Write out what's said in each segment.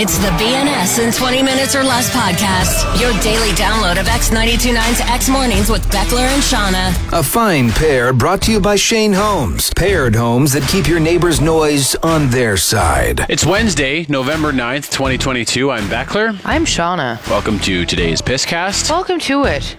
It's the BNS in 20 Minutes or Less podcast, your daily download of X929's X Mornings with Beckler and Shauna. A fine pair brought to you by Shane Homes. Paired homes that keep your neighbor's noise on their side. It's Wednesday, November 9th, 2022. I'm Beckler. I'm Shauna. Welcome to today's Pisscast. Welcome to it.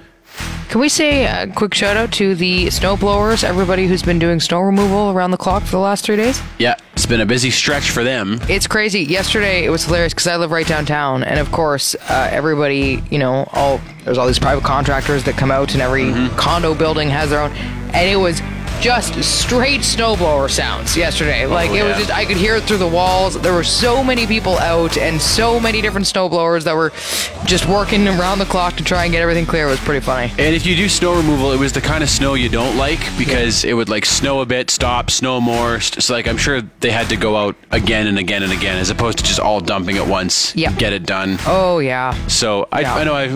Can we say a quick shout out to the snowblowers, everybody who's been doing snow removal around the clock for the last three days? Yeah, it's been a busy stretch for them. It's crazy. Yesterday, it was hilarious because I live right downtown, and of course, uh, everybody, you know, all there's all these private contractors that come out, and every condo building has their own, and it was just straight snowblower sounds yesterday. Like it yeah. was just, I could hear it through the walls. There were so many people out, and so many different snowblowers that were just working around the clock to try and get everything clear. It was pretty funny. And if you do snow removal, it was the kind of snow you don't like because it would like snow a bit, stop, snow more. St- So like I'm sure they had to go out again and again and again as opposed to just all dumping at once. Yeah. Get it done. Oh yeah. So I, Yeah. I know I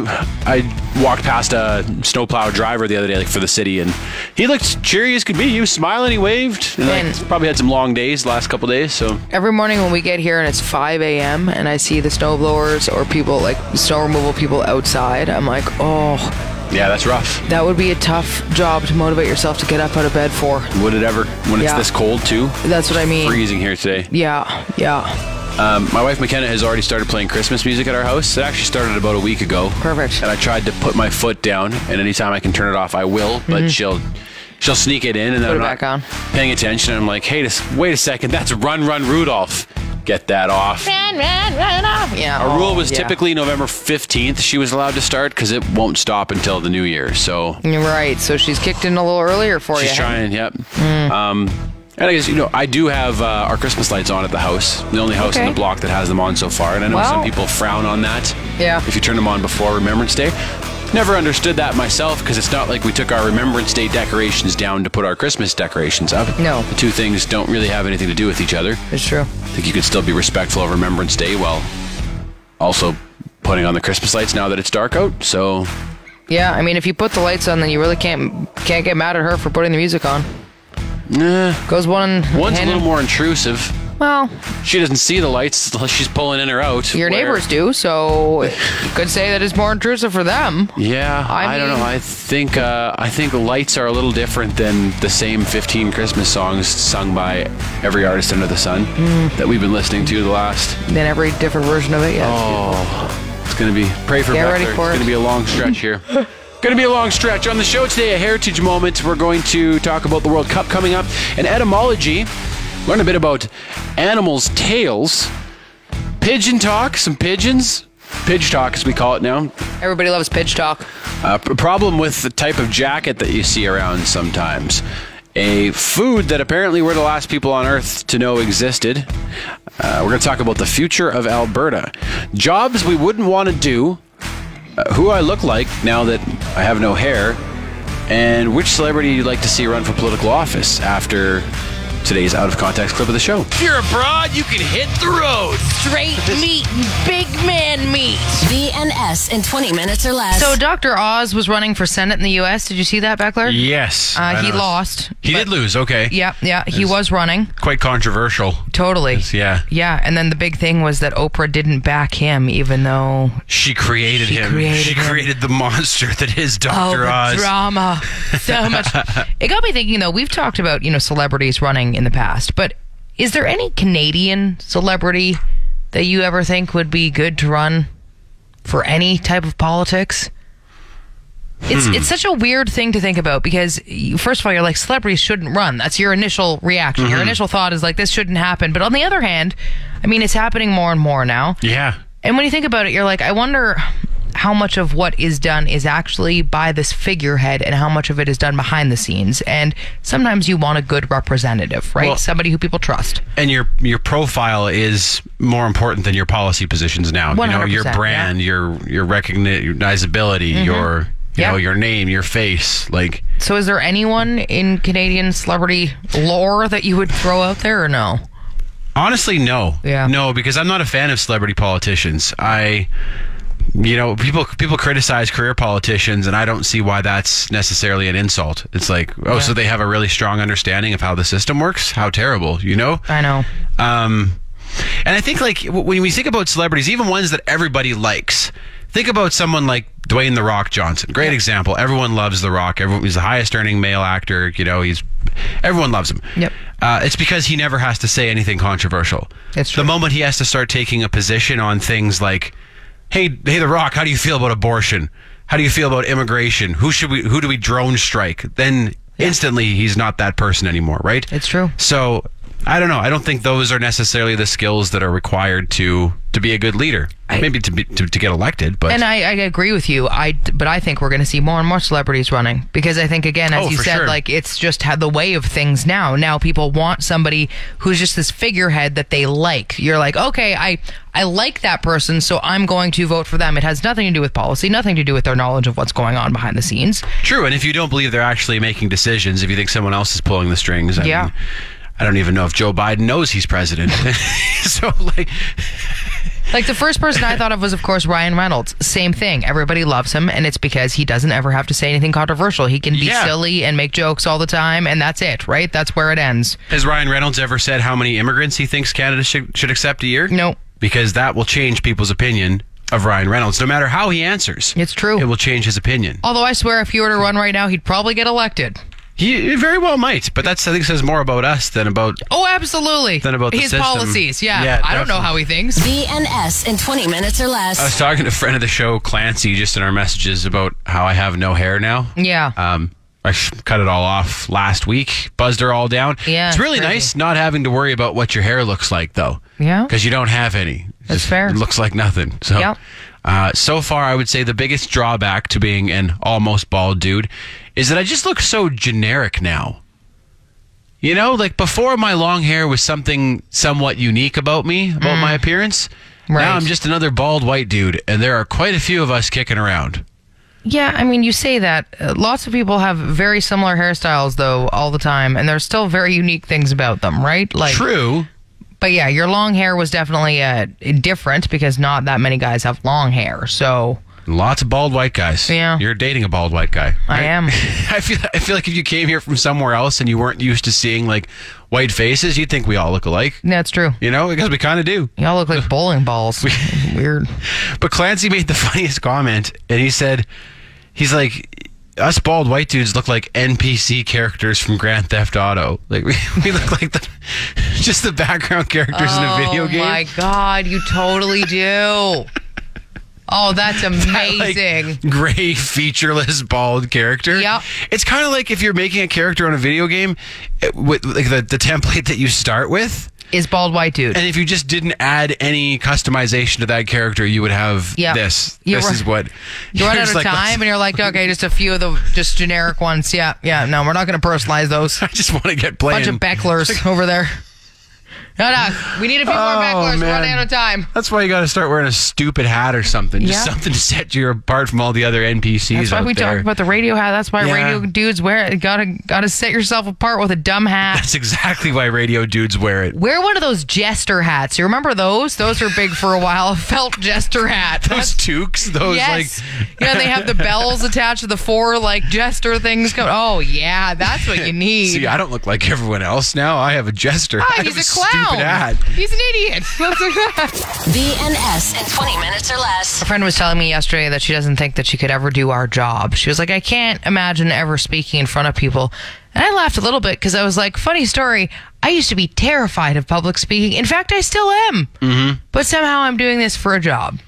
I walked past a snowplow driver the other day like for the city and he looked cheery as could be. He was smiling, he waved. And, like, Man. probably had some long days the last couple days. So Every morning when we get here and it's 5 a.m. and I see the snowblowers or people like snow removal people outside, I'm like, oh, yeah, that's rough. that would be a tough job to motivate yourself to get up out of bed for. Would it ever? When it's Yeah. this cold too? That's what I mean. Freezing here today. Yeah, yeah, Um, my wife McKenna has already started playing Christmas music at our house. It actually started about a week ago. Perfect. And I tried to put my foot down, and anytime I can turn it off, I will. But she'll she'll sneak it in, and then Mm-hmm. Put I'm it not back on. paying attention. I'm like, hey, just, wait a second, that's Run Run Rudolph. Get that off. yeah. Our rule was yeah. typically November 15th. She was allowed to start because it won't stop until the new year. So You're Right, so she's kicked in a little earlier for She's you. trying. Yep. Um, and I guess you know I do have uh, our Christmas lights on at the house. The only house in Okay. the block that has them on so far. And I know some Wow. people frown on that. Yeah. If you turn them on before Remembrance Day. Never understood that myself because it's not like we took our Remembrance Day decorations down to put our Christmas decorations up. No. The two things don't really have anything to do with each other. It's true. I think you could still be respectful of Remembrance Day while also putting on the Christmas lights now that it's dark out. So Yeah, I mean, if you put the lights on, then you really can't can't get mad at her for putting the music on. Goes one. one's a hand little in- more intrusive. Well, She doesn't see the lights unless she's pulling in or out. your where- neighbors do, so you could say that it's more intrusive for them. Yeah, I, I don't know. mean- I think uh, I think lights are a little different than the same 15 Christmas songs sung by every artist under the sun Mm. that we've been listening to the last. than every different version of it. Yeah. Oh, it's gonna be pray for Get Beckler. ready for It's it. gonna be a long stretch here. Gonna be a long stretch on the show today. A heritage moment. We're going to talk about the World Cup coming up and etymology. Learn a bit about animals' tails, pigeon talk, some pigeons, pidge talk as we call it now. Everybody loves pitch talk. A p- Uh, problem with the type of jacket that you see around sometimes. A food that apparently we're the last people on Earth to know existed. Uh, we're going to talk about the future of Alberta. Jobs we wouldn't want to do. Uh, who I look like now that I have no hair. And which celebrity you'd like to see run for political office after today's out of context clip of the show. If you're abroad, you can hit the road. Straight meat and big man meat. BNS in 20 Minutes or Less. So Dr. Oz was running for Senate in the U.S. Did you see that, Beckler? Yes. Uh, I he know. lost. He but- did lose, okay. Yeah, yeah, he was running. Quite controversial. Totally. yeah. Yeah, and then the big thing was that Oprah didn't back him, even though. She created She him. created she him. created the monster that is Oh, Dr. the Oz. drama. So much. it got me thinking, though, we've talked about, you know, celebrities running in the past, but is there any Canadian celebrity that you ever think would be good to run for any type of politics? It's, it's such a weird thing to think about because you, first of all you're like celebrities shouldn't run that's your initial reaction your initial thought is like this shouldn't happen but on the other hand i mean it's happening more and more now Yeah. and when you think about it, you're like, I wonder how much of what is done is actually by this figurehead and how much of it is done behind the scenes. And sometimes you want a good representative, right? Well- Somebody who people trust. And your your profile is more important than your policy positions now. You know, your 100%, brand, your your recognizability, your you Mm-hmm. Yeah. know, your name, your face. Like So is there anyone in Canadian celebrity lore that you would throw out there or no? Honestly, no. Yeah. No, because I'm not a fan of celebrity politicians. I, you know, people people criticize career politicians, and I don't see why that's necessarily an insult. It's like, oh, so they have a really strong understanding of how the system works. How terrible, you know? I know. Um, And I think like w- when we think about celebrities, even ones that everybody likes, think about someone like Dwayne the Rock Johnson. Great example. Everyone loves the Rock. Everyone, he's the highest earning male actor. You know, he's everyone loves him. Yep. Uh, it's because he never has to say anything controversial. That's The true. moment he has to start taking a position on things like, hey, hey, The Rock, how do you feel about abortion? How do you feel about immigration? Who should we? Who do we drone strike? Then instantly he's not that person anymore, right? It's true. So I don't know. I don't think those are necessarily the skills that are required to to be a good leader. Maybe to, be, to to get elected, but And I, I agree with you. I but I think we're going to see more and more celebrities running because I think again, as Oh, you for said, sure. like it's just how the way of things now. Now people want somebody who's just this figurehead that they like. You're like, okay, I I like that person, so I'm going to vote for them. It has nothing to do with policy, nothing to do with their knowledge of what's going on behind the scenes. true. And if you don't believe they're actually making decisions, if you think someone else is pulling the strings, I Yeah. Mean, I don't even know if Joe Biden knows he's president. so like, Like the first person I thought of was, of course, Ryan Reynolds. Same thing. Everybody loves him, and it's because he doesn't ever have to say anything controversial. He can be Yeah. silly and make jokes all the time, and that's it, right? That's where it ends. has Ryan Reynolds ever said how many immigrants he thinks Canada should should accept a year? No. because that will change people's opinion of Ryan Reynolds, no matter how he answers. It's true. It will change his opinion. Although I swear, if he were to run right now, he'd probably get elected. He he very well might, but that's I think says more about us than about Oh, absolutely. Then about the his system. policies. Yeah, Yeah, I don't know definitely. how he thinks. BNS in 20 minutes or I less. was talking to a friend of the show, Clancy, just in our messages about how I have no hair now. Yeah. Um, I sh- cut it all off last week, buzzed her all down. Yeah, It's really crazy. nice not having to worry about what your hair looks like, though. Yeah. Because you don't have any. That's fair. It looks like nothing. So, Yep. uh, so far, I would say the biggest drawback to being an almost bald dude is that I just look so generic now. You know, like before my long hair was something somewhat unique about me, about my appearance. Mm. Right. Now I'm just another bald white dude, and there are quite a few of us kicking around. Yeah, I mean, you say that. Uh, lots of people have very similar hairstyles, though, all the time, and there's still very unique things about them, right? Like, True. but yeah, your long hair was definitely uh, different because not that many guys have long hair. So Lots of bald white guys. Yeah. You're dating a bald white guy. I right? am. I feel I feel like if you came here from somewhere else and you weren't used to seeing like white faces, you'd think we all look alike. That's true. You know, because we kind of do. Y'all look like bowling balls. Weird. But Clancy made the funniest comment, and he said, "He's like, us bald white dudes look like NPC characters from Grand Theft Auto. Like we, we look like the just the background characters in a video oh game. my god, you totally do. Oh, that's Like, amazing. gray, featureless, bald character. Yep. It's kind of like if you're making a character on a video game it- with like the, the template that you start with. Is bald white dude. And if you just didn't add any customization to that character, you would have Yeah. this. You this run- is what You run out It's of like, let's- time, and you're like, okay, just a few of the just generic ones. Yeah, yeah. No, we're not going to personalize those. I just want to get playing. Bunch of becklers over there. No, no, we need a few Oh, more becklers. We're running man. out of time. That's why you got to start wearing a stupid hat or something. Just Yeah. something to set you apart from all the other NPCs That's why out we there. talk about the radio hat. That's why Yeah. radio dudes wear it. Gotta gotta set yourself apart with a dumb hat. That's exactly why radio dudes wear it. Wear one of those jester hats. You remember those? Those were big for a while. Felt jester hat. Those toques, those yes. like you know, they have the bells attached to the four like jester things. Come. Oh yeah, that's what you need. See, I don't look like everyone else now. I have a jester. Ah, I have he's a Stupid clown. hat. He's an idiot. BNS in 20 minutes or less. A friend was telling me yesterday that she doesn't think that she could ever do our job. She was like, I can't imagine ever speaking in front of people. And I laughed a little bit because I was like, funny story. I used to be terrified of public speaking. In fact, I still am. Mm-hmm. But somehow I'm doing this for a job.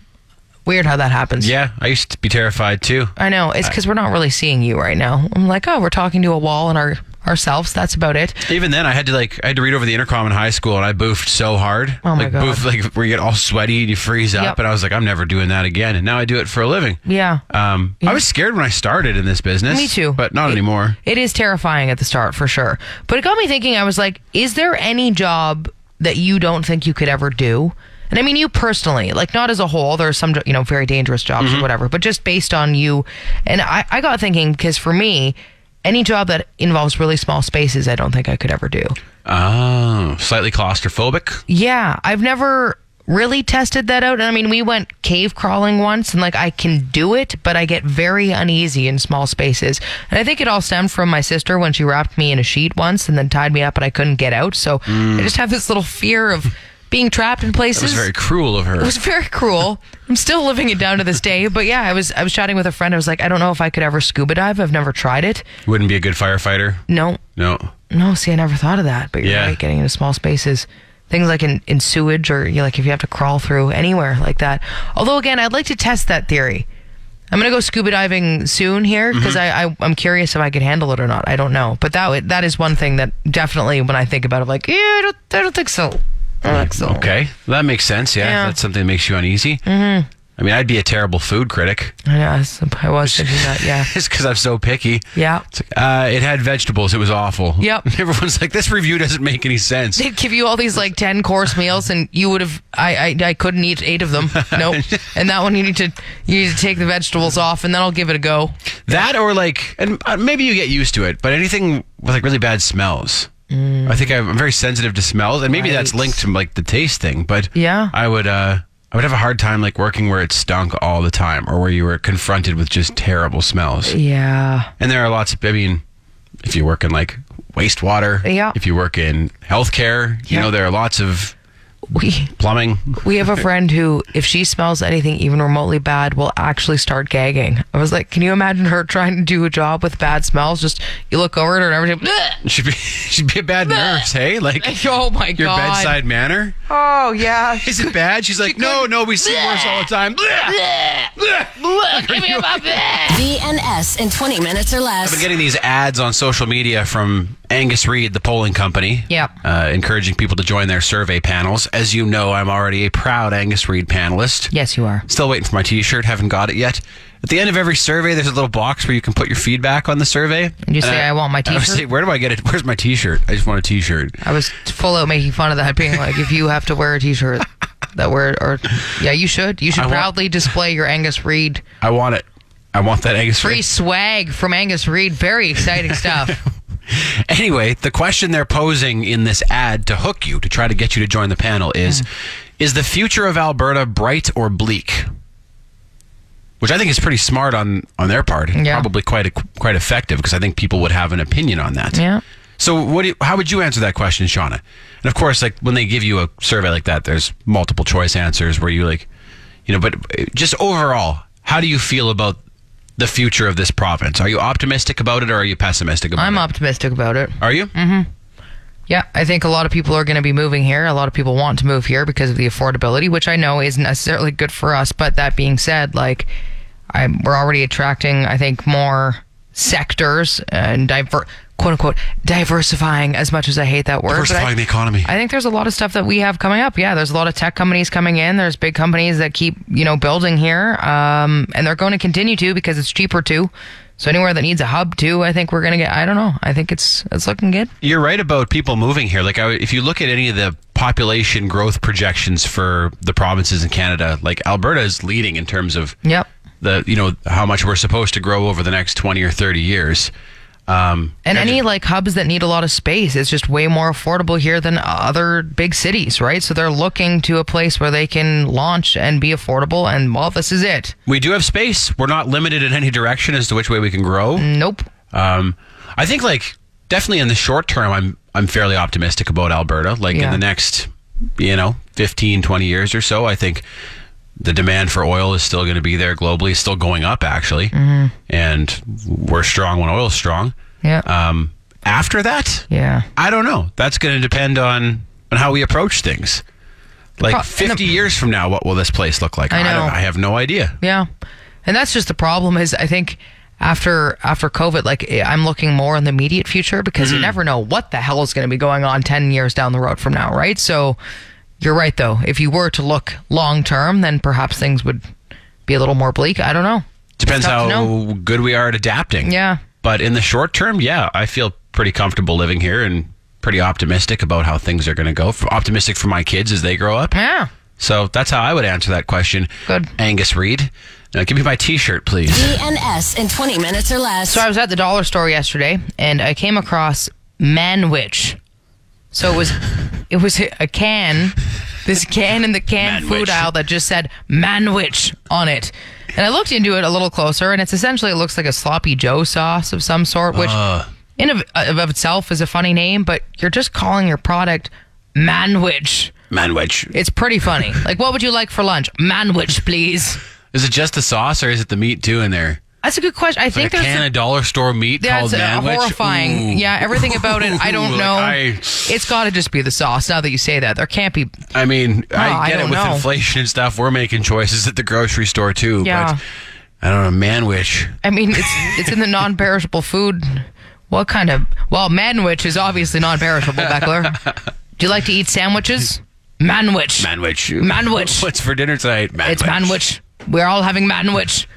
Weird how that happens. Yeah, I used to be terrified too. I know. It's because we're not really seeing you right now. I'm like, oh, we're talking to a wall and our ourselves. That's about it. Even then, I had to like I had to read over the intercom in high school, and I boofed so hard. Oh, my like, God. Boof, like where you get all sweaty and you freeze up, Yep. and I was like, I'm never doing that again. And now I do it for a living. Yeah. Um, I was scared when I started in this business. Me too. but not It- anymore. It is terrifying at the start for sure. But it got me thinking. I was like, is there any job that you don't think you could ever do? And I mean, you personally, like not as a whole. There are some, you know, very dangerous jobs or whatever, but just based on you. And I, I got thinking because for me, any job that involves really small spaces, I don't think I could ever do. Oh, slightly claustrophobic. Yeah, I've never really tested that out. And I mean, we went cave crawling once and like I can do it, but I get very uneasy in small spaces. And I think it all stemmed from my sister when she wrapped me in a sheet once and then tied me up and I couldn't get out. So I just have this little fear of being trapped in places. It was very cruel of her. It was very cruel. I'm still living it down to this day. But yeah, I was I was chatting with a friend. I was like, I don't know if I could ever scuba dive. I've never tried it. Wouldn't be a good firefighter. No, No. no. See, I never thought of that. But you're Yeah. right. Getting into small spaces, things like in, in sewage or you know, like if you have to crawl through anywhere like that. Although again, I'd like to test that theory. I'm gonna go scuba diving soon here Mm-hmm. because I, I I'm curious if I could handle it or not. I don't know, but that would- that is one thing that definitely when I think about it, like yeah, I don't, I don't think so. I don't think so. Okay, that makes sense. Yeah, Yeah. Mm-hmm. that's something that makes you uneasy. I mean, I'd be a terrible food critic Yeah, I s- I was thinking that. Yeah. just because I'm so picky. Yeah. It's like, Uh, it had vegetables. It was awful. Yep. Everyone's like, this review doesn't make any sense. They'd give you all these like ten course meals, and you would have. I, I I couldn't eat eight of them. Nope. and that one you need to you need to take the vegetables off, and then I'll give it a go. That or like, and uh, maybe you get used to it, but anything with like really bad smells. I think I'm very sensitive to smells, and maybe that's Mm. Right. linked to like the taste thing. But Yeah. I would uh, I would have a hard time like working where it stunk all the time, or where you were confronted with just terrible smells. Yeah. And there are lots of, I mean, if you work in like wastewater, Yeah. if you work in healthcare, you Yeah. know, there are lots of We plumbing. we have a friend who, if she smells anything even remotely bad, will actually start gagging. I was like, can you imagine her trying to do a job with bad smells? Just you look over at her and everything. "Bleh." Should be, should be a bad nurse, hey? Like, Oh my your god. bedside manner. Oh yeah. Is it bad? She's like, no, no, we see worse all the time. Give me my bed. VNS in 20 minutes or I've been less. getting these ads on social media from Angus Reid, the polling company. Yep. Uh, encouraging people to join their survey panels. As you know, I'm already a proud Angus Reid panelist. Yes, you are. Still waiting for my t shirt, haven't got it yet. At the end of every survey, there's a little box where you can put your feedback on the survey. And you say, I want my I always t-shirt. say, where do I get it? Where's my t shirt? I just want a t shirt. I was full out making fun of that, being like, if you have to wear a T-shirt, that wear or yeah, you should. You should I want- proudly display your Angus Reid I want it. I want that Angus free Reid. swag from Angus Reid. Very exciting stuff. Anyway, the question they're posing in this ad to hook you, to try to get you to join the panel is Hmm. Is the future of Alberta bright or bleak? Which I think is pretty smart on, on their part. and Yeah. Probably quite, quite effective because I think people would have an opinion on that. Yeah. So, what? Do you, how would you answer that question, Shauna? And of course, like when they give you a survey like that, there's multiple choice answers where you like, you know, but uh, just overall, how do you feel about the future of this province? Are you optimistic about it or are you pessimistic about I'm it? optimistic about it. Are you? Mm-hmm. Yeah, I think a lot of people are going to be moving here. A lot of people want to move here because of the affordability, which I know isn't necessarily good for us. But that being said, like, i we're already attracting, I think, more sectors and diver, quote unquote, diversifying. As much as I hate that word, but I- Diversifying the economy. I think there's a lot of stuff that we have coming up. Yeah, there's a lot of tech companies coming in. There's big companies that keep, you know, building here. Um, and they're going to continue to because it's cheaper too. So anywhere that needs a hub too, I think we're going to get, I don't know. I think it's, it's looking good. You're right about people moving here. Like, I, if you look at any of the population growth projections for the provinces in Canada, like Alberta is leading in terms of Yep. the you know how much we're supposed to grow over the next 20 or 30 years. Um, And any like hubs that need a lot of space is just way more affordable here than other big cities, right? So they're looking to a place where they can launch and be affordable. And well, this is it. we do have space. We're not limited in any direction as to which way we can grow. Nope. Um, I think like definitely in the short term, I'm I'm fairly optimistic about Alberta. Like in Yeah. the next, you know, 15, 20 years or so, I think the demand for oil is still going to be there globally. It's still going up actually, Mm-hmm. and we're strong when oil's strong. Yeah. Um, after that, yeah. I don't know. That's going to depend on on how we approach things. Like pro- and 50 the- years from now, what will this place look like? I don't, know. I have no idea. Yeah, and that's just the problem. Is I think after after COVID, like I- I'm looking more in the immediate future because you never know what the hell is going to be going on ten years down the road from now, right? So you're right though. If you were to look long term, then perhaps things would be a little more bleak. I don't know. Depends It's tough to how good we are at adapting. Yeah. But in the short term, yeah, I feel pretty comfortable living here and pretty optimistic about how things are going to go. F- Optimistic for my kids as they grow up. Yeah. So that's how I would answer that question. Good. Angus Reid. Now give me my t shirt, please. VNS in 20 minutes or less. So I was at the dollar store yesterday and I came across Manwich. So it was it was a can, this can in the canned Manwich. food aisle that just said Manwich on it. And I looked into it a little closer and it's essentially it looks like a sloppy joe sauce of some sort which Uh. in of, of itself is a funny name, but you're just calling your product Manwich. Manwich. It's pretty funny. like, what would you like for lunch? Manwich, please. Is it just the sauce or is it the meat too in there? That's a good question. I think Like a there's can a- of dollar store meat that's called a manwich. uh, horrifying. Ooh. Yeah, everything about it. I don't Like, know. I- It's got to just be the sauce. Now that you say that, there can't be. I mean, I I get don't it with know. inflation and stuff. We're making choices at the grocery store too. Yeah. But I don't know, manwich. I mean, it's it's in the non-perishable food. What kind of? Well, manwich is obviously non-perishable, Beckler. Do you like to eat sandwiches? Manwich. Manwich. Manwich. What's for dinner tonight? Manwich. It's manwich. We're all having manwich.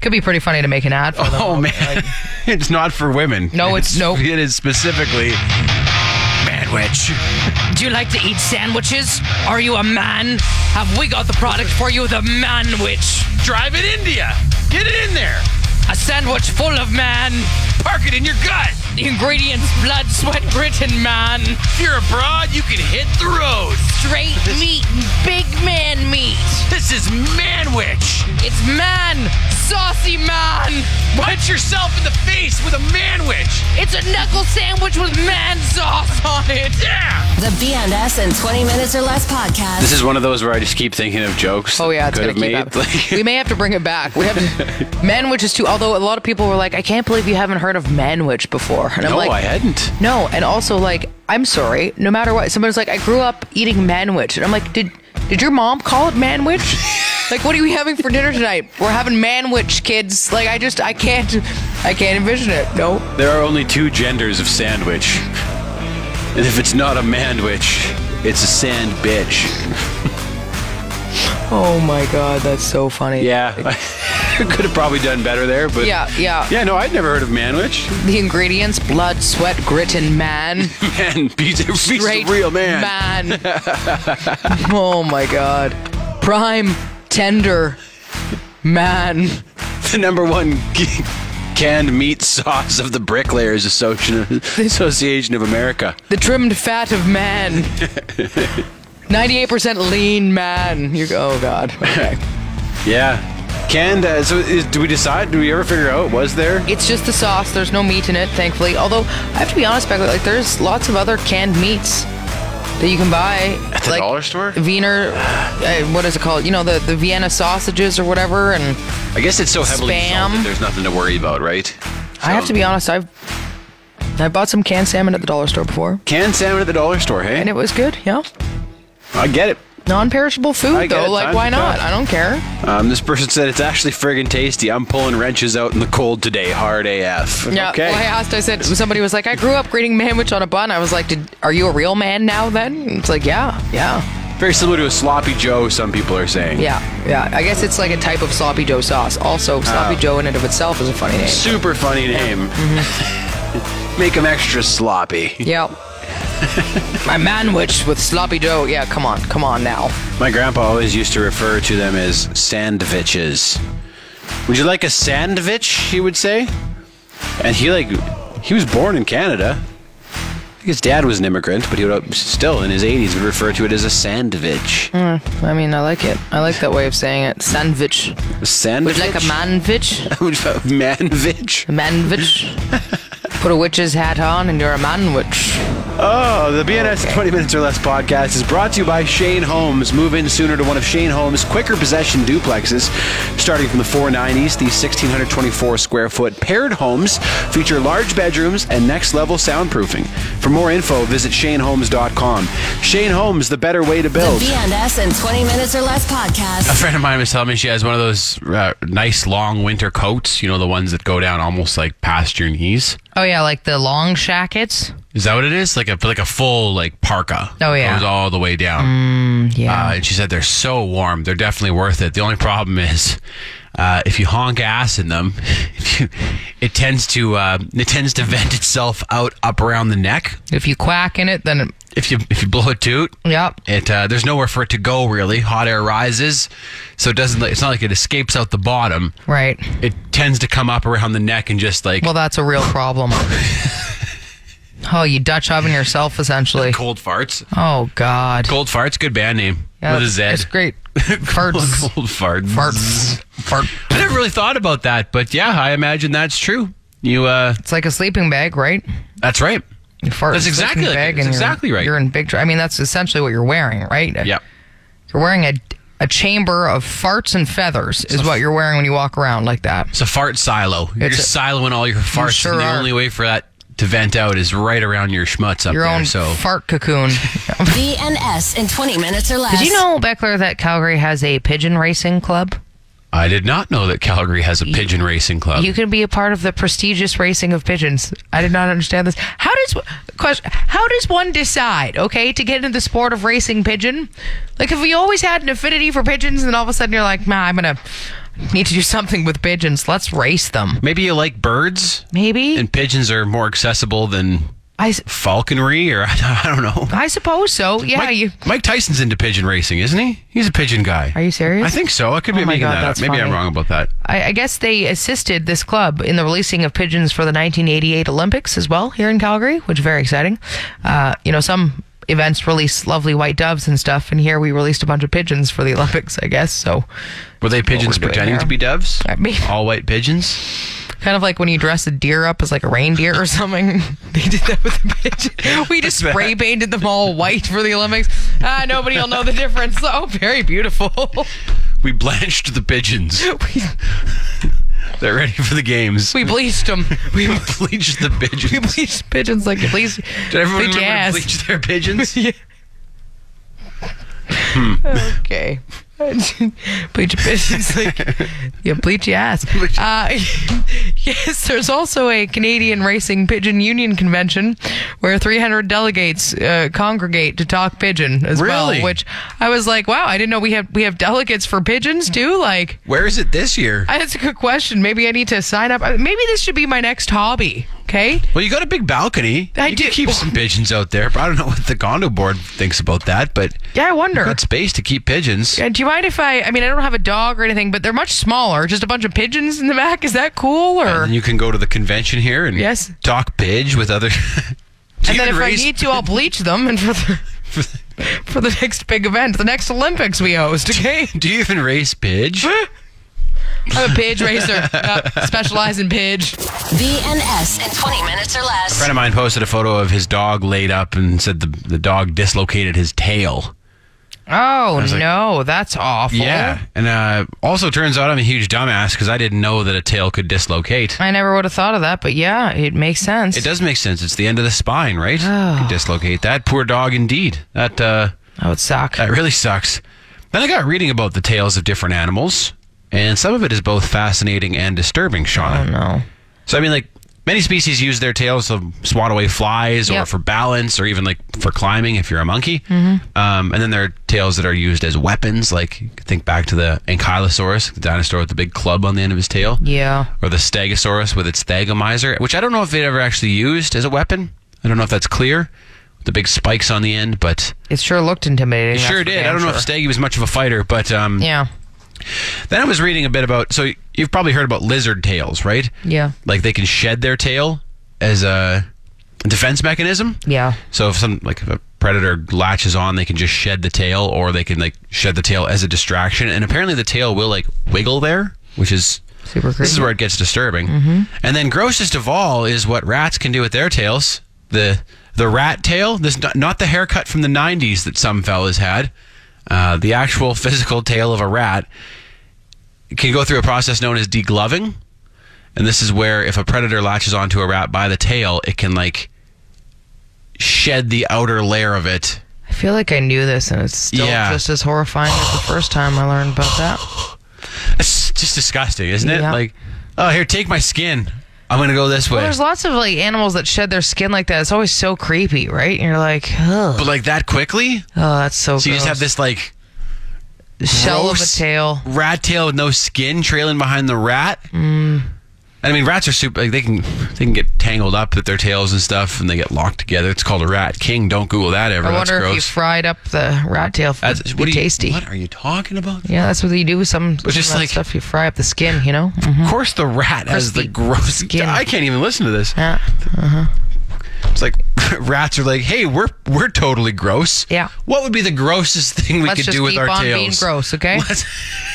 Could be pretty funny to make an ad for them. Oh man, it's not for women. No, it's- nope. It is specifically manwich. Do you like to eat sandwiches? Are you a man? Have we got the product for you, the manwich? Drive it India. Get it in there. A sandwich full of man. Park it in your gut. The ingredients, blood, sweat, grit, and man. If you're abroad, you can hit the road. Straight meat and big man meat. This is manwich. It's man, saucy man. Punch yourself in the face with a manwich. It's a knuckle sandwich with man sauce on it. Yeah. The BNS in 20 minutes or less podcast. This is one of those where I just keep thinking of jokes. Oh yeah, it's could gonna have keep made. up. Like, we may have to bring it back. We have to, manwich is too. Although a lot of people were like, I can't believe you haven't heard of manwich before. And I'm no, like, I hadn't. No, and also like, I'm sorry. No matter what, someone's like, I grew up eating manwich, and I'm like, did did your mom call it manwich? like, what are we having for dinner tonight? We're having manwich, kids. Like, I just, I can't, I can't envision it. No, There are only two genders of sandwich, and if it's not a manwich, it's a sand bitch. Oh my god, that's so funny. Yeah, I could have probably done better there, but Yeah, yeah. yeah. No, I'd never heard of manwich. The ingredients: blood, sweat, grit, and man. Man, he's a, he's a Straight real man. Man. oh my god. Prime, tender, man. The number one g- canned meat sauce of the Bricklayers Association Association of America. The trimmed fat of man. 98% lean man. You go, oh god. Okay. Yeah, canned. Uh, so, is, do we decide? Do we ever figure out? Was there? It's just the sauce. There's no meat in it, thankfully. Although I have to be honest, Becca, like there's lots of other canned meats that you can buy at the dollar store? Wiener, uh, what is it called? You know the the Vienna sausages or whatever. And I guess it's so heavily Spam. salted. There's nothing to worry about, right? I have to be honest, I've I bought some canned salmon at the dollar store before, Canned salmon at the dollar store. Hey, and it was good. Yeah, I get it. non-perishable food I get though. it, Like times why are not? tough. I don't care. Um, this person said it's actually friggin' tasty. I'm pulling wrenches out in the cold today, hard AF. Yeah. Okay. Well, I asked. I said somebody was like, I grew up greeting manwich on a bun. I was like, Did, Are you a real man now? Then it's like, Yeah, yeah, Very similar to a sloppy Joe. Some people are saying. yeah, yeah. I guess it's like a type of sloppy joe sauce. Also, Oh. sloppy joe in and of itself is a funny name. Super funny name. Mm-hmm. Make them extra sloppy. Yeah. My manwich with sloppy joe. Yeah, come on, come on now. My grandpa always used to refer to them as sandwiches. Would you like a sandwich? He would say. And he like he was born in Canada. I think his dad was an immigrant, but he would still in his 80s would refer to it as a sandwich. Mm. I mean, I like it. I like that way of saying it. Sandwich. A sandwich. Would you like a manvich? manvich. Man witch. Put a witch's hat on and you're a man witch. Oh, the BNS 20 Minutes or Less podcast is brought to you by Shane Holmes. Move in sooner to one of Shane Holmes' quicker possession duplexes. Starting from the 490s, the 1,624 square foot paired homes feature large bedrooms and next level soundproofing. For more info, visit shaneholmes.com. Shane Holmes, the better way to The build. BNS in 20 minutes or less A podcast. friend of mine was telling me she has one of those uh, nice long winter coats. You know, the ones that go down almost like past your knees. Oh yeah, like the long shackets. Is that what it is? Like a like a full like parka. Oh, yeah. goes all the way down. Yeah. Uh, and she said they're so warm. They're definitely worth it. The only problem is. Uh, if you honk ass in them, it tends to uh, it tends to vent itself out up around the neck. if you quack in it, then it, If you if you blow a toot, yep. it uh, there's nowhere for it to go really. Hot air rises, so it doesn't. It's not like it escapes out the bottom. Right. It tends to come up around the neck and just like Well, that's a real problem. oh, you Dutch oven yourself essentially. cold farts. Oh God. Cold farts, good band name. Yeah, What is that? It's great. Farts. Cold farts. Farts. Fart. I never really thought about that, but yeah, I imagine that's true. You, uh, It's like a sleeping bag, right? that's right. You fart That's in a exactly sleeping like it. bag That's and you're- exactly right. You're in big. Tr- I mean, that's essentially what you're wearing, right? Yep. You're wearing a a chamber of farts and feathers is what you're wearing when you walk around like that. It's a fart silo. You're It's just siloing all your farts. sure and the are. only way for that to vent out is right around your schmutz up Your there. own so fart cocoon. BNS in 20 minutes or less. Did you know, Beckler, that Calgary has a pigeon racing club? I did not know that Calgary has a pigeon racing club. You can be a part of the prestigious racing of pigeons. I did not understand this. How does question? How does one decide? Okay, to get into the sport of racing pigeon, like have you always had an affinity for pigeons, and then all of a sudden you're like, nah, I'm gonna need to do something with pigeons. Let's race them. Maybe you like birds, Maybe and pigeons are more accessible than I. s- falconry, or I don't know. I suppose so. Yeah, Mike, you. Mike Tyson's into pigeon racing, isn't he? He's a pigeon guy. Are you serious? I think so. I could be Oh my making God, that up. that's Maybe I'm funny. wrong about that. I, I guess they assisted this club in the releasing of pigeons for the 1988 Olympics as well here in Calgary, which is very exciting. Uh, you know, some events release lovely white doves and stuff, and here we released a bunch of pigeons for the Olympics. I guess so. Were they pigeons doing pretending here. to be doves? I mean- All white pigeons? Kind of like when you dress a deer up as like a reindeer or something. They did that with the pigeon. We just spray painted them all white for the Olympics. Ah, nobody will know the difference. Oh, very beautiful. We blanched the pigeons. we, They're ready for the games. we bleached them. we bleached the We pigeons. bleached pigeons like at least. Did everyone bleach remember to ass. bleach their pigeons? Okay. bleach your business. Like, yeah, bleach your ass. Uh, yes, there's also a Canadian Racing Pigeon Union Convention where 300 delegates uh, congregate to talk pigeon as Really? well. Which I was like, wow, I didn't know we have we have delegates for pigeons too. Like, Where is it this year? I- that's a good question. Maybe I need to sign up. Uh, Maybe this should be my next hobby. Okay. Well, you got a big balcony. I you could do. keep some pigeons out there. But I don't know what the condo board thinks about that, but Yeah, I wonder. good space to keep pigeons. Uh, do you mind if I? I mean, I don't have a dog or anything, but they're much smaller. Just a bunch of pigeons in the back. Is that cool? Or And you can go to the convention here and Yes. talk pidge with other. and then if I need to, I'll bleach them. And for the for the next big event, the next Olympics we host. Okay, do you even race pidge? I'm a pidge racer. Yep, specialize in pidge. BNS in 20 minutes or less. friend of mine posted a photo of his dog laid up and said the, the dog dislocated his tail. Oh no, that's awful. And uh, also turns out I'm a huge dumbass because I didn't know that a tail could dislocate. I never would have thought of that, but yeah, it makes sense. It does make sense. It's the end of the spine, right? You can dislocate that. Poor dog indeed. That uh, That would suck. that really sucks. Then I got reading about the tails of different animals, and some of it is both fascinating and disturbing, Shauna. oh no. So I mean, like many species use their tails to swat away flies, or Yep. for balance, or even like for climbing if you're a monkey. Mm-hmm. Um, and then there are tails that are used as weapons. Like think back to the Ankylosaurus, the dinosaur with the big club on the end of his tail, Yeah. or the Stegosaurus with its stegomizer, which I don't know if they ever actually used as a weapon. I don't know if that's clear. The big spikes on the end, but It sure looked intimidating. it that's sure for did. I damn don't know if sure. Stegi was much of a fighter, but um, Yeah. then I was reading a bit about. So you've probably heard about lizard tails, right? Yeah. Like they can shed their tail as a defense mechanism. Yeah. So if some like if a predator latches on, they can just shed the tail, or they can like shed the tail as a distraction. And apparently, the tail will like wiggle there, which is Super This is creepy. where it gets disturbing. Mm-hmm. And then grossest of all is what rats can do with their tails. The the rat tail. This not, not the haircut from the '90s that some fellas had. Uh, the actual physical tail of a rat can go through a process known as degloving. And this is where if a predator latches onto a rat by the tail, it can like shed the outer layer of it. I feel like I knew this, and it's still Yeah. just as horrifying as the first time I learned about that. It's just disgusting, isn't it? Yeah. Like, oh, here, take my skin. I'm gonna go this way. Well, there's lots of like animals that shed their skin like that. It's always so creepy, right? And you're like, oh, but like that quickly? oh that's so. So you just have gross. this like shell of a gross- tail. rat tail with no skin trailing behind the rat. Mm. I mean, rats are super. Like they can they can get tangled up with their tails and stuff, and they get locked together. It's called a rat king. Don't Google that ever. I Oh, That's wonder if you gross. fried up the rat tail. For That's it to what be are you- tasty. What are you talking about? Yeah, that's what you do with some, some just of that like- stuff. You fry up the skin, you know. Mm-hmm. Of course, the rat has the Mm. Crispy gross skin. uh-huh. I can't even listen to this. Yeah. It's like rats are like, hey, we're we're totally gross. Yeah. What would be the grossest thing we Let's could just do with keep our on tails? being gross, okay? Let's-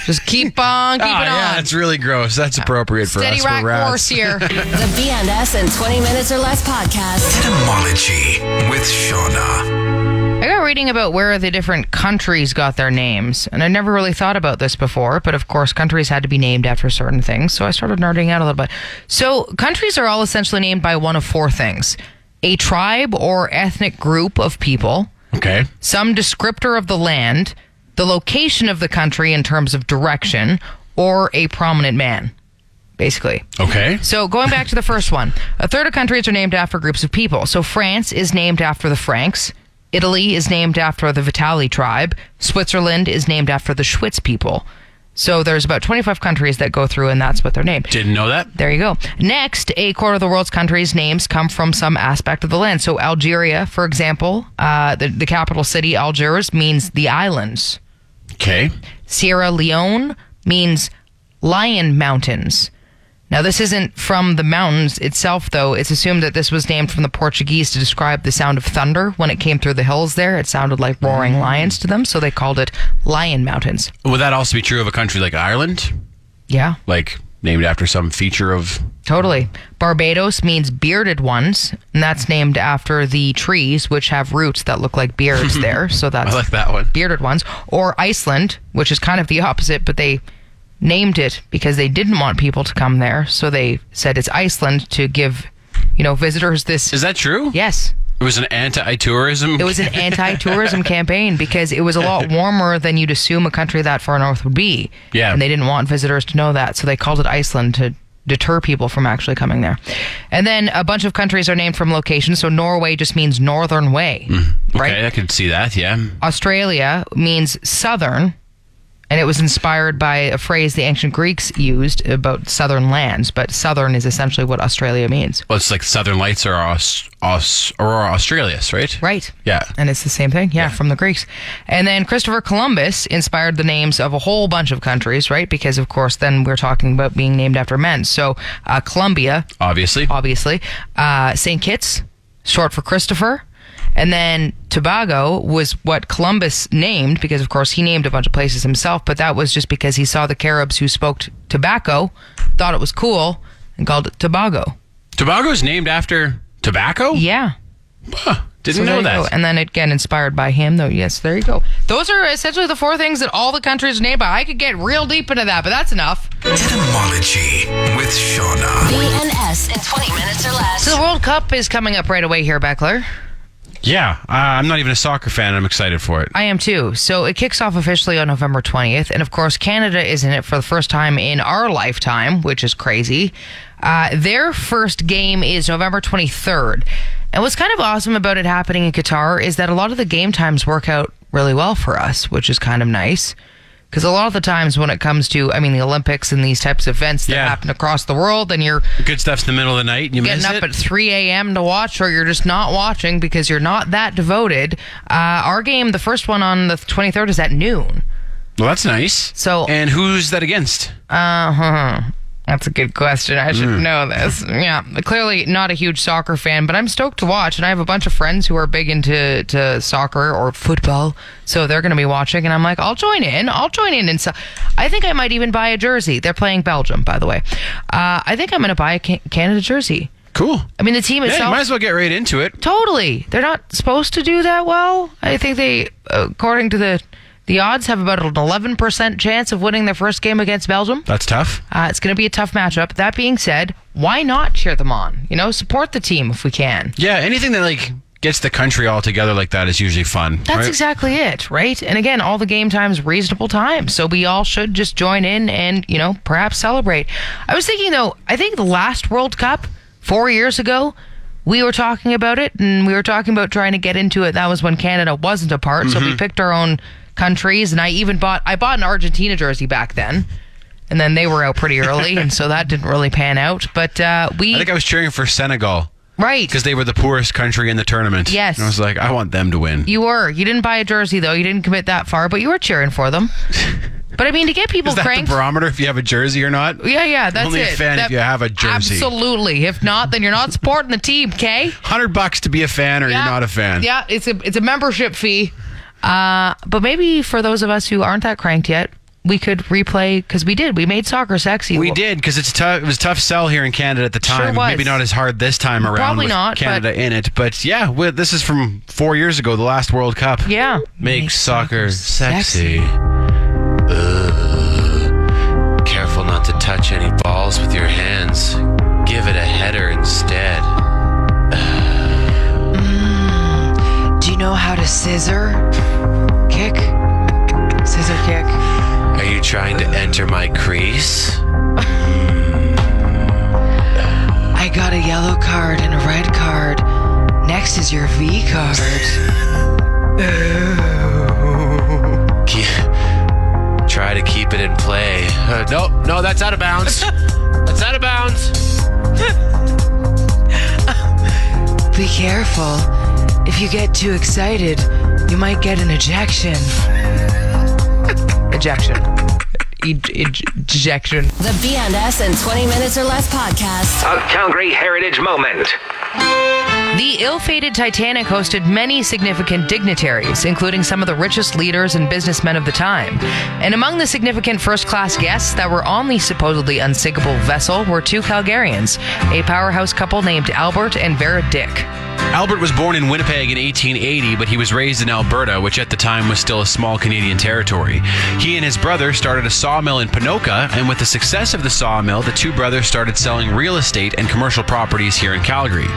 Just keep on keeping Ah, yeah, on. that's really gross. That's appropriate for Steady us. We're rock rats. horse here. The BNS in 20 minutes or less podcast. Etymology with Shauna. I got reading about where the different countries got their names, and I never really thought about this before, but of course, countries had to be named after certain things, so I started nerding out a little bit. So, countries are all essentially named by one of four things a tribe or ethnic group of people, Okay. some descriptor of the land, the location of the country in terms of direction, or a prominent man, basically. Okay. So going back to the first one, a third of countries are named after groups of people. So France is named after the Franks. Italy is named after the Vitali tribe. Switzerland is named after the Schwitz people. So there's about 25 countries that go through, and that's what they're named. Didn't know that. There you go. Next, a quarter of the world's countries' names come from some aspect of the land. So Algeria, for example, uh, the, the capital city Algiers means the islands. Okay. Sierra Leone means lion mountains. Now, this isn't from the mountains itself, though. It's assumed that this was named from the Portuguese to describe the sound of thunder when it came through the hills there. It sounded like roaring lions to them, so they called it Lion Mountains. Would that also be true of a country like Ireland? Yeah, Like named after some feature of totally. Barbados means bearded ones, and that's named after the trees which have roots that look like beards there. So that's I like that one. bearded ones, or Iceland, which is kind of the opposite, but they named it because they didn't want people to come there, so they said it's Iceland to give, you know, visitors this. Is that true? yes, It was an anti-tourism. it was an anti-tourism campaign because it was a lot warmer than you'd assume a country that far north would be. Yeah. and they didn't want visitors to know that, so they called it Iceland to deter people from actually coming there. And then a bunch of countries are named from locations. So Norway just means northern way, right? Okay, I could see that. Yeah. Australia means southern, and it was inspired by a phrase the ancient Greeks used about southern lands, but southern is essentially what Australia means. Well, it's like Southern Lights or Aus, Aus, Aurora Australis, right? Right. Yeah. And it's the same thing, yeah, from the Greeks. And then Christopher Columbus inspired the names of a whole bunch of countries, right? Because, of course, then we're talking about being named after men. So, uh, Columbia, Obviously. obviously. Uh, St. Kitts, short for Christopher. And then Tobago was what Columbus named because, of course, he named a bunch of places himself, but that was just because he saw the Caribs who smoked tobacco, thought it was cool, and called it Tobago. Tobago's named after tobacco? Yeah. Huh, So Didn't there know you that. go. And then again, inspired by him, though. Yes, there you go. Those are essentially the four things that all the countries are named by. I could get real deep into that, but that's enough. Etymology with Shauna. BNS in 20 minutes or So less. the World Cup is coming up right away here, Beckler. yeah. Uh, I'm not even a soccer fan. I'm excited for it. I am too. So it kicks off officially on November 20th. And of course, Canada is in it for the first time in our lifetime, which is crazy. Uh, their first game is November 23rd. And what's kind of awesome about it happening in Qatar is that a lot of the game times work out really well for us, which is kind of nice. Because a lot of the times when it comes to, I mean, the Olympics and these types of events that Yeah. happen across the world, then you're Good stuff's in the middle of the night. You getting miss up it. at 3 a.m. to watch, or you're just not watching because you're not that devoted. Uh, our game, the first one on the 23rd, is at noon. well, that's nice. So- and who's that against? Uh huh. That's a good question. I Hmm. should know this. Yeah, clearly not a huge soccer fan, but I'm stoked to watch, and I have a bunch of friends who are big into to soccer or football, so they're going to be watching, and I'm like, I'll join in. I'll join in, and so I think I might even buy a jersey. They're playing Belgium, by the way. Uh, I think I'm going to buy a Can- Canada jersey. Cool. I mean, the team Yeah, itself. you might as well get right into it. Totally. They're not supposed to do that well. I think they, according to the the odds, have about an 11% chance of winning their first game against Belgium. That's tough. Uh, it's going to be a tough matchup. That being said, why not cheer them on? You know, support the team if we can. Yeah, anything that like gets the country all together like that is usually fun. That's right? exactly it, right? And again, all the game times reasonable time, so we all should just join in and you know perhaps celebrate. I was thinking though, I think the last World Cup four years ago, we were talking about it and we were talking about trying to get into it. That was when Canada wasn't a part, so we picked our own countries, and I even bought I bought an Argentina jersey back then. And then they were out pretty early, and so that didn't really pan out. But uh, we I think I was cheering for Senegal. Right. because they were the poorest country in the tournament. Yes. And I was like, I want them to win. You were. You didn't buy a jersey though. You didn't commit that far, but you were cheering for them. But I mean, to get people Is that cranked. the barometer if you have a jersey or not? yeah, yeah, that's Only a it. fan if That- you have a jersey. Absolutely. If not, then you're not supporting the team. Okay. Hundred bucks to be a fan or you're not a fan. Yeah, it's a it's a membership fee. Uh, but maybe for those of us who aren't that cranked yet, we could replay because we did. We made soccer sexy. We did because it's tough. It was a tough sell here in Canada at the Sure time. was. Maybe not as hard this time around. Probably with not, but- Canada in it, but yeah, we- this is from four years ago, the last World Cup. Yeah. make, Make soccer, soccer sexy. Careful not to touch any balls with your hands. Give it a header instead. Mm. Do you know how to scissor? Kick? Scissor kick. Are you trying to enter my crease? I got a yellow card and a red card. Next is your V card. Ke- Try to keep it in play. Uh, no, no, that's out of bounds. That's out of bounds. Be careful. If you get too excited, you might get an ejection. Ejection. E- ej- ejection. The BNS and 20 Minutes or Less podcast. A Calgary Heritage Moment. The ill fated Titanic hosted many significant dignitaries, including some of the richest leaders and businessmen of the time. And among the significant first class guests that were on the supposedly unsinkable vessel were two Calgarians, a powerhouse couple named Albert and Vera Dick. Albert was born in Winnipeg in 1880, but he was raised in Alberta, which at the time was still a small Canadian territory. He and his brother started a sawmill in Pinoca, and with the success of the sawmill, the two brothers started selling real estate and commercial properties here in Calgary.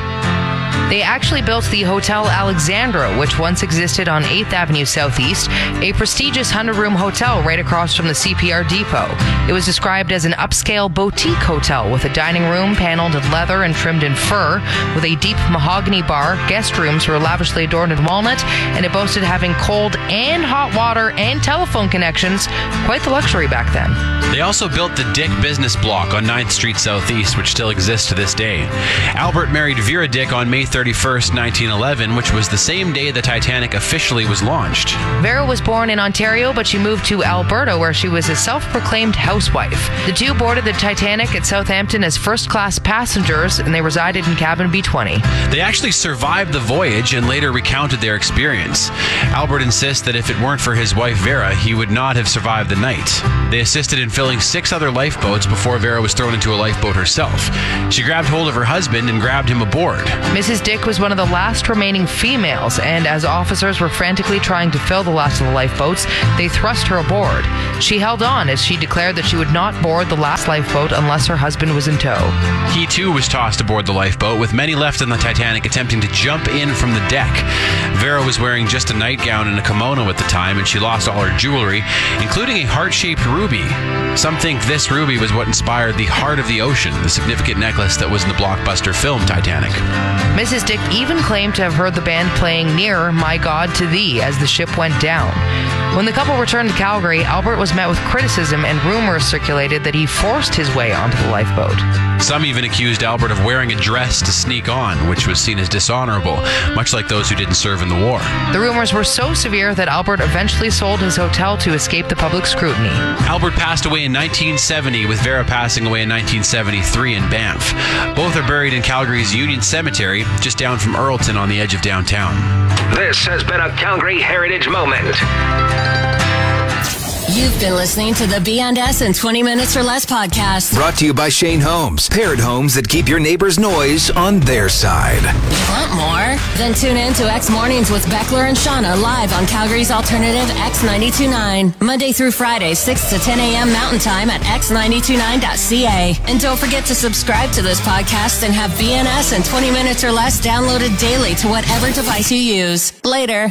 They actually built the Hotel Alexandra, which once existed on 8th Avenue Southeast, a prestigious 100 room hotel right across from the CPR depot. It was described as an upscale boutique hotel with a dining room paneled in leather and trimmed in fur, with a deep mahogany bar. Guest rooms were lavishly adorned in walnut, and it boasted having cold and hot water and telephone connections. Quite the luxury back then. They also built the Dick Business Block on 9th Street Southeast, which still exists to this day. Albert married Vera Dick on May 31st, 1911, which was the same day the Titanic officially was launched. Vera was born in Ontario, but she moved to Alberta, where she was a self proclaimed housewife. The two boarded the Titanic at Southampton as first class passengers, and they resided in cabin B 20. They actually survived the voyage and later recounted their experience. Albert insists that if it weren't for his wife Vera, he would not have survived the night. They assisted in filling six other lifeboats before Vera was thrown into a lifeboat herself. She grabbed hold of her husband and grabbed him aboard. Mrs. Dick was one of the last remaining females, and as officers were frantically trying to fill the last of the lifeboats, they thrust her aboard. She held on as she declared that she would not board the last lifeboat unless her husband was in tow. He too was tossed aboard the lifeboat, with many left on the Titanic attempting to jump in from the deck. Vera was wearing just a nightgown and a kimono at the time, and she lost all her jewelry, including a heart shaped ruby. Some think this ruby was what inspired the Heart of the Ocean, the significant necklace that was in the blockbuster film Titanic. Mrs. Dick even claimed to have heard the band playing Nearer, My God to Thee as the ship went down. When the couple returned to Calgary, Albert was met with criticism and rumors circulated that he forced his way onto the lifeboat. Some even accused Albert of wearing a dress to sneak on, which was seen as dishonorable, much like those who didn't serve in the war. The rumors were so severe that Albert eventually sold his hotel to escape the public scrutiny. Albert passed away in 1970, with Vera passing away in 1973 in Banff. Both are buried in Calgary's Union Cemetery, just down from Earlton on the edge of downtown. This has been a Calgary Heritage Moment. You've been listening to the BNS and 20 Minutes or Less podcast. Brought to you by Shane Holmes, paired homes that keep your neighbor's noise on their side. Want more? Then tune in to X Mornings with Beckler and Shauna live on Calgary's alternative X929. Monday through Friday, 6 to 10 a.m. Mountain Time at x929.ca. And don't forget to subscribe to this podcast and have BNS in 20 minutes or less downloaded daily to whatever device you use. Later.